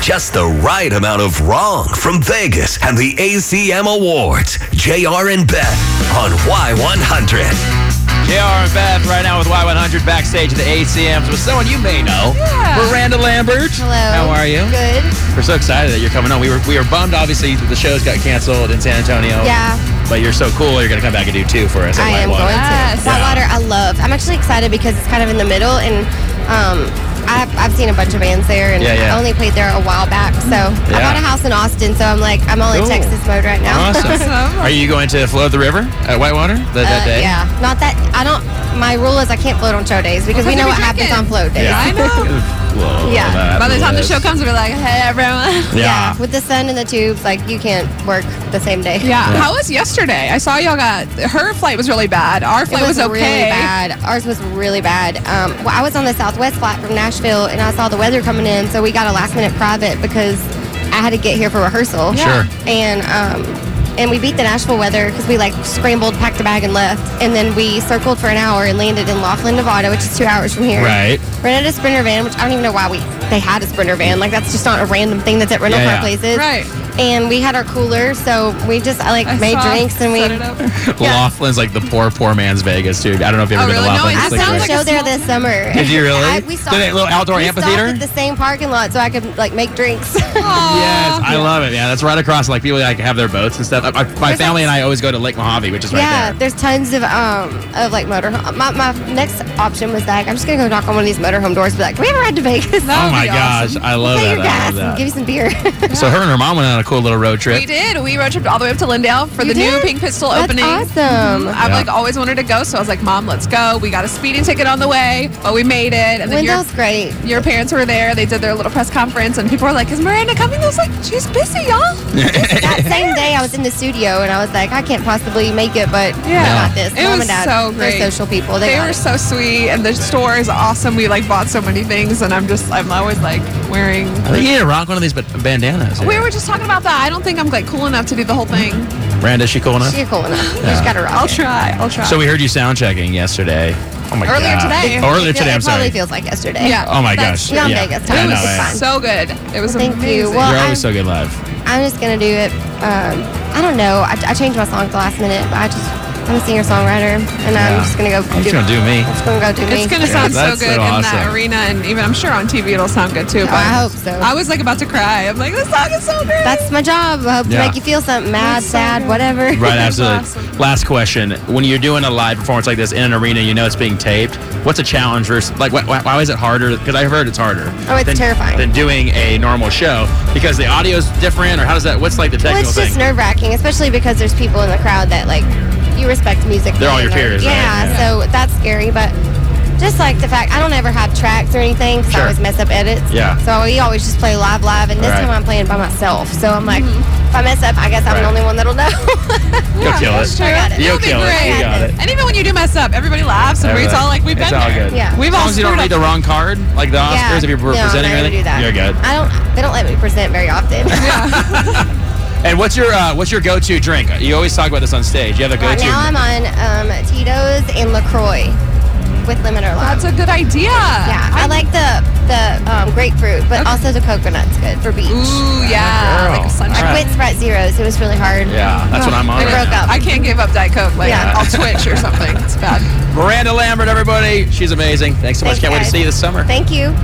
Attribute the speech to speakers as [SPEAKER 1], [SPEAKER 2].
[SPEAKER 1] Just the right amount of wrong from Vegas and the ACM Awards. JR and Beth on Y100.
[SPEAKER 2] JR and Beth right now with Y100 backstage at the ACMs with someone you may know. Miranda Lambert.
[SPEAKER 3] Hello.
[SPEAKER 2] How are you?
[SPEAKER 3] Good.
[SPEAKER 2] We're so excited that you're coming on. We were we were bummed, obviously, that the shows got canceled in San Antonio.
[SPEAKER 3] Yeah.
[SPEAKER 2] But you're so cool. You're going to come back and do two for us at
[SPEAKER 3] I am
[SPEAKER 2] Y100.
[SPEAKER 3] going
[SPEAKER 4] Yes.
[SPEAKER 3] to. Whitewater, I love. I'm actually excited because it's kind of in the middle, and um, I've, I've seen a bunch of bands there, and
[SPEAKER 2] Yeah, yeah.
[SPEAKER 3] I only played there a while back. So I
[SPEAKER 2] Yeah.
[SPEAKER 3] bought a house in Austin, so I'm like, I'm all in
[SPEAKER 2] Cool.
[SPEAKER 3] Texas mode right now.
[SPEAKER 2] Awesome.
[SPEAKER 4] Awesome.
[SPEAKER 2] Are you going to float the river at Whitewater that, that
[SPEAKER 3] Uh,
[SPEAKER 2] day?
[SPEAKER 3] yeah, not that I don't. My rule is I can't float on show days because we know
[SPEAKER 4] Because you'll
[SPEAKER 3] what
[SPEAKER 4] be
[SPEAKER 3] happens
[SPEAKER 4] drinking.
[SPEAKER 3] on float days.
[SPEAKER 4] I know.
[SPEAKER 2] Whoa,
[SPEAKER 3] Yeah.
[SPEAKER 2] that
[SPEAKER 4] By the time the
[SPEAKER 2] was-
[SPEAKER 4] show comes, we're like, hey, everyone.
[SPEAKER 2] Yeah.
[SPEAKER 3] with the sun and the tubes, like you can't work the same day.
[SPEAKER 4] Yeah. How was yesterday? I saw y'all got her flight was really bad. Our
[SPEAKER 3] It
[SPEAKER 4] flight
[SPEAKER 3] was,
[SPEAKER 4] was, okay.
[SPEAKER 3] really bad. Ours was really bad. Um, well, I was on the Southwest flight from Nashville, and I saw the weather coming in, so we got a last minute private because I had to get here for rehearsal.
[SPEAKER 2] Sure.
[SPEAKER 3] And um, and we beat the Nashville weather because we like scrambled, packed a bag, and left. And then we circled for an hour and landed in Laughlin, Nevada, which is two hours from here.
[SPEAKER 2] Right.
[SPEAKER 3] Rented a sprinter van, which I don't even know why we they had a sprinter van. Like that's just not a random thing that's at rental
[SPEAKER 2] Yeah,
[SPEAKER 3] car
[SPEAKER 2] yeah.
[SPEAKER 3] places.
[SPEAKER 4] Right.
[SPEAKER 3] And we had our cooler, so we just I, like
[SPEAKER 4] I
[SPEAKER 3] made
[SPEAKER 4] saw-
[SPEAKER 3] drinks and we.
[SPEAKER 4] set it up.
[SPEAKER 3] Yeah.
[SPEAKER 2] Laughlin's like the poor, poor man's Vegas, dude. I don't know if you've
[SPEAKER 4] Oh,
[SPEAKER 2] ever been
[SPEAKER 4] really?
[SPEAKER 2] to
[SPEAKER 4] No,
[SPEAKER 2] Laughlin.
[SPEAKER 4] it
[SPEAKER 2] It's
[SPEAKER 3] I
[SPEAKER 4] sounds
[SPEAKER 3] saw a
[SPEAKER 4] like
[SPEAKER 3] show
[SPEAKER 4] a
[SPEAKER 3] there
[SPEAKER 4] small-
[SPEAKER 3] this summer.
[SPEAKER 2] Did you really?
[SPEAKER 3] I, we
[SPEAKER 2] Did
[SPEAKER 3] stopped,
[SPEAKER 2] it little outdoor
[SPEAKER 3] we
[SPEAKER 2] amphitheater?
[SPEAKER 3] Stopped at the same parking lot, so I could like make drinks.
[SPEAKER 2] Yes,
[SPEAKER 4] Aw.
[SPEAKER 2] I love it. Yeah, that's right across. Like people like have their boats and stuff. I, I, my
[SPEAKER 3] There's
[SPEAKER 2] family
[SPEAKER 3] like-
[SPEAKER 2] and I always go to Lake Mojave, which is right
[SPEAKER 3] yeah,
[SPEAKER 2] there.
[SPEAKER 3] there's tons of um of like motor. My, my next option was like I'm just gonna go knock on one of these motorhome doors, and be like, "Can we ever ride to Vegas?
[SPEAKER 4] That
[SPEAKER 2] Oh
[SPEAKER 4] would
[SPEAKER 2] my
[SPEAKER 4] be
[SPEAKER 2] gosh,
[SPEAKER 4] awesome.
[SPEAKER 2] I love
[SPEAKER 3] Pay
[SPEAKER 2] that.
[SPEAKER 3] your
[SPEAKER 2] I
[SPEAKER 3] gas
[SPEAKER 2] love
[SPEAKER 3] and
[SPEAKER 2] that.
[SPEAKER 3] give you some beer."
[SPEAKER 2] So her and her mom went on a cool little road
[SPEAKER 4] We
[SPEAKER 2] trip.
[SPEAKER 4] did. We road tripped all the way up to Lindale for
[SPEAKER 3] You
[SPEAKER 4] the new
[SPEAKER 3] did?
[SPEAKER 4] Pink Pistol
[SPEAKER 3] That's
[SPEAKER 4] opening.
[SPEAKER 3] awesome.
[SPEAKER 4] Mhm. I've
[SPEAKER 2] Yeah.
[SPEAKER 4] like always wanted to go, so I was like, Mom, let's go. We got a speeding ticket on the way, but we made it. And then your,
[SPEAKER 3] Wendell's great.
[SPEAKER 4] your parents were there. They did their little press conference, and people were like, Is Miranda coming? I was like, She's busy, y'all.
[SPEAKER 3] That same day, I was in the studio and I was like, I can't possibly make it, but
[SPEAKER 4] Yeah.
[SPEAKER 3] I got this.
[SPEAKER 4] It
[SPEAKER 3] Mom
[SPEAKER 4] was
[SPEAKER 3] and Dad,
[SPEAKER 4] so great.
[SPEAKER 3] they're social people. They,
[SPEAKER 4] They
[SPEAKER 3] got
[SPEAKER 4] were
[SPEAKER 3] it.
[SPEAKER 4] so sweet, and the store is awesome. We like bought so many things, and I'm just, I'm always like wearing.
[SPEAKER 2] I think you need to rock one of these ba- bandanas.
[SPEAKER 4] We were just talking about that. I don't think I'm like cool enough to do the whole thing.
[SPEAKER 2] Miranda, is she cool enough?
[SPEAKER 3] She's cool enough. You just gotta rock.
[SPEAKER 4] I'll
[SPEAKER 3] it.
[SPEAKER 4] try. I'll try.
[SPEAKER 2] so we heard you sound checking yesterday. Oh my
[SPEAKER 4] Earlier
[SPEAKER 2] god.
[SPEAKER 4] today.
[SPEAKER 2] Oh,
[SPEAKER 3] It
[SPEAKER 2] earlier
[SPEAKER 3] feel-
[SPEAKER 2] today. I'm
[SPEAKER 3] It probably
[SPEAKER 2] sorry.
[SPEAKER 3] feels like yesterday.
[SPEAKER 4] Yeah.
[SPEAKER 2] oh my
[SPEAKER 4] That's-
[SPEAKER 2] gosh.
[SPEAKER 3] You're on
[SPEAKER 2] yeah.
[SPEAKER 3] Vegas
[SPEAKER 2] Yeah,
[SPEAKER 3] time.
[SPEAKER 2] I
[SPEAKER 4] it
[SPEAKER 2] know,
[SPEAKER 4] was
[SPEAKER 2] yeah.
[SPEAKER 3] fine.
[SPEAKER 4] so good. It was
[SPEAKER 3] Thank you.
[SPEAKER 4] amazing.
[SPEAKER 3] Well,
[SPEAKER 2] You're always so
[SPEAKER 3] I'm-
[SPEAKER 2] good live.
[SPEAKER 3] I'm just gonna do it. Um, I don't know. I, I changed my song at the last minute, but I just I'm a singer songwriter, and
[SPEAKER 2] Yeah.
[SPEAKER 3] I'm just gonna go.
[SPEAKER 2] I'm just gonna do me.
[SPEAKER 3] I'm just gonna go do me.
[SPEAKER 4] It's going to sound so
[SPEAKER 2] that's so
[SPEAKER 4] good in that
[SPEAKER 2] awesome.
[SPEAKER 4] arena, and even I'm sure on TV it'll sound good too.
[SPEAKER 3] Oh, I hope so.
[SPEAKER 4] I was like about to cry. I'm like, this song is so great.
[SPEAKER 3] That's my job. I hope
[SPEAKER 2] Yeah.
[SPEAKER 3] to make you feel something mad,
[SPEAKER 4] That's so
[SPEAKER 3] sad,
[SPEAKER 4] good.
[SPEAKER 3] whatever.
[SPEAKER 2] Right,
[SPEAKER 4] That's
[SPEAKER 2] absolutely.
[SPEAKER 4] awesome.
[SPEAKER 2] Last question: When you're doing a live performance like this in an arena, you know it's being taped. What's a challenge versus like wh- wh- why is it harder? Because I've heard it's harder.
[SPEAKER 3] Oh, it's
[SPEAKER 2] than,
[SPEAKER 3] terrifying.
[SPEAKER 2] than doing a normal show because the audio's different, or how does that? What's like the
[SPEAKER 3] Well,
[SPEAKER 2] technical
[SPEAKER 3] it's just
[SPEAKER 2] thing?
[SPEAKER 3] nerve wracking, especially because there's people in the crowd that like you respect music.
[SPEAKER 2] They're all your
[SPEAKER 3] and
[SPEAKER 2] peers, right?
[SPEAKER 3] Yeah,
[SPEAKER 2] Yeah.
[SPEAKER 3] so that's scary, but. Just like the fact I don't ever have tracks or anything, so
[SPEAKER 2] Sure.
[SPEAKER 3] I always mess up edits.
[SPEAKER 2] Yeah.
[SPEAKER 3] So we always just play live, live, and this
[SPEAKER 2] Right.
[SPEAKER 3] time I'm playing by myself. So I'm like,
[SPEAKER 4] Mm-hmm.
[SPEAKER 3] if I mess up, I guess I'm
[SPEAKER 2] Right.
[SPEAKER 3] the only one that'll know.
[SPEAKER 2] You'll kill
[SPEAKER 4] that's
[SPEAKER 2] it.
[SPEAKER 4] true.
[SPEAKER 3] I got it.
[SPEAKER 2] You'll
[SPEAKER 4] It'll be
[SPEAKER 2] kill it.
[SPEAKER 4] great.
[SPEAKER 2] You got it.
[SPEAKER 4] And even when you do mess up, everybody laughs, and we it's all like, we've been
[SPEAKER 2] It's all
[SPEAKER 4] there.
[SPEAKER 2] good.
[SPEAKER 3] Yeah.
[SPEAKER 4] We've
[SPEAKER 2] As
[SPEAKER 4] all
[SPEAKER 2] long as you don't
[SPEAKER 4] screwed
[SPEAKER 2] read
[SPEAKER 4] up.
[SPEAKER 2] the wrong card, like the Oscars, if you're
[SPEAKER 3] no,
[SPEAKER 2] presenting
[SPEAKER 3] I
[SPEAKER 2] or
[SPEAKER 3] never
[SPEAKER 2] anything,
[SPEAKER 3] do that.
[SPEAKER 2] you're good.
[SPEAKER 3] I don't. They don't let me present very often.
[SPEAKER 2] And what's your uh, what's your go-to drink? You always talk about this on stage. You have a
[SPEAKER 3] right
[SPEAKER 2] go-to.
[SPEAKER 3] Oh, now I'm on um, Tito's and Lacroix with lemon or lime.
[SPEAKER 4] That's a good idea.
[SPEAKER 3] yeah, I, like the the um, grapefruit, but also the coconut's good for beach.
[SPEAKER 4] Ooh, yeah.
[SPEAKER 2] Girl.
[SPEAKER 4] Like sunshine.
[SPEAKER 3] I quit Sprite Zeros. It was really hard.
[SPEAKER 2] yeah, that's what I'm on.
[SPEAKER 3] They
[SPEAKER 2] right
[SPEAKER 3] broke
[SPEAKER 2] now.
[SPEAKER 3] up.
[SPEAKER 4] I can't give up Diet Coke. Like,
[SPEAKER 3] Yeah.
[SPEAKER 4] I'll twitch or something. It's bad.
[SPEAKER 2] Miranda Lambert, everybody. She's amazing. Thanks so much.
[SPEAKER 3] Thanks,
[SPEAKER 2] Can't wait to
[SPEAKER 3] guys.
[SPEAKER 2] see you this summer.
[SPEAKER 3] Thank you.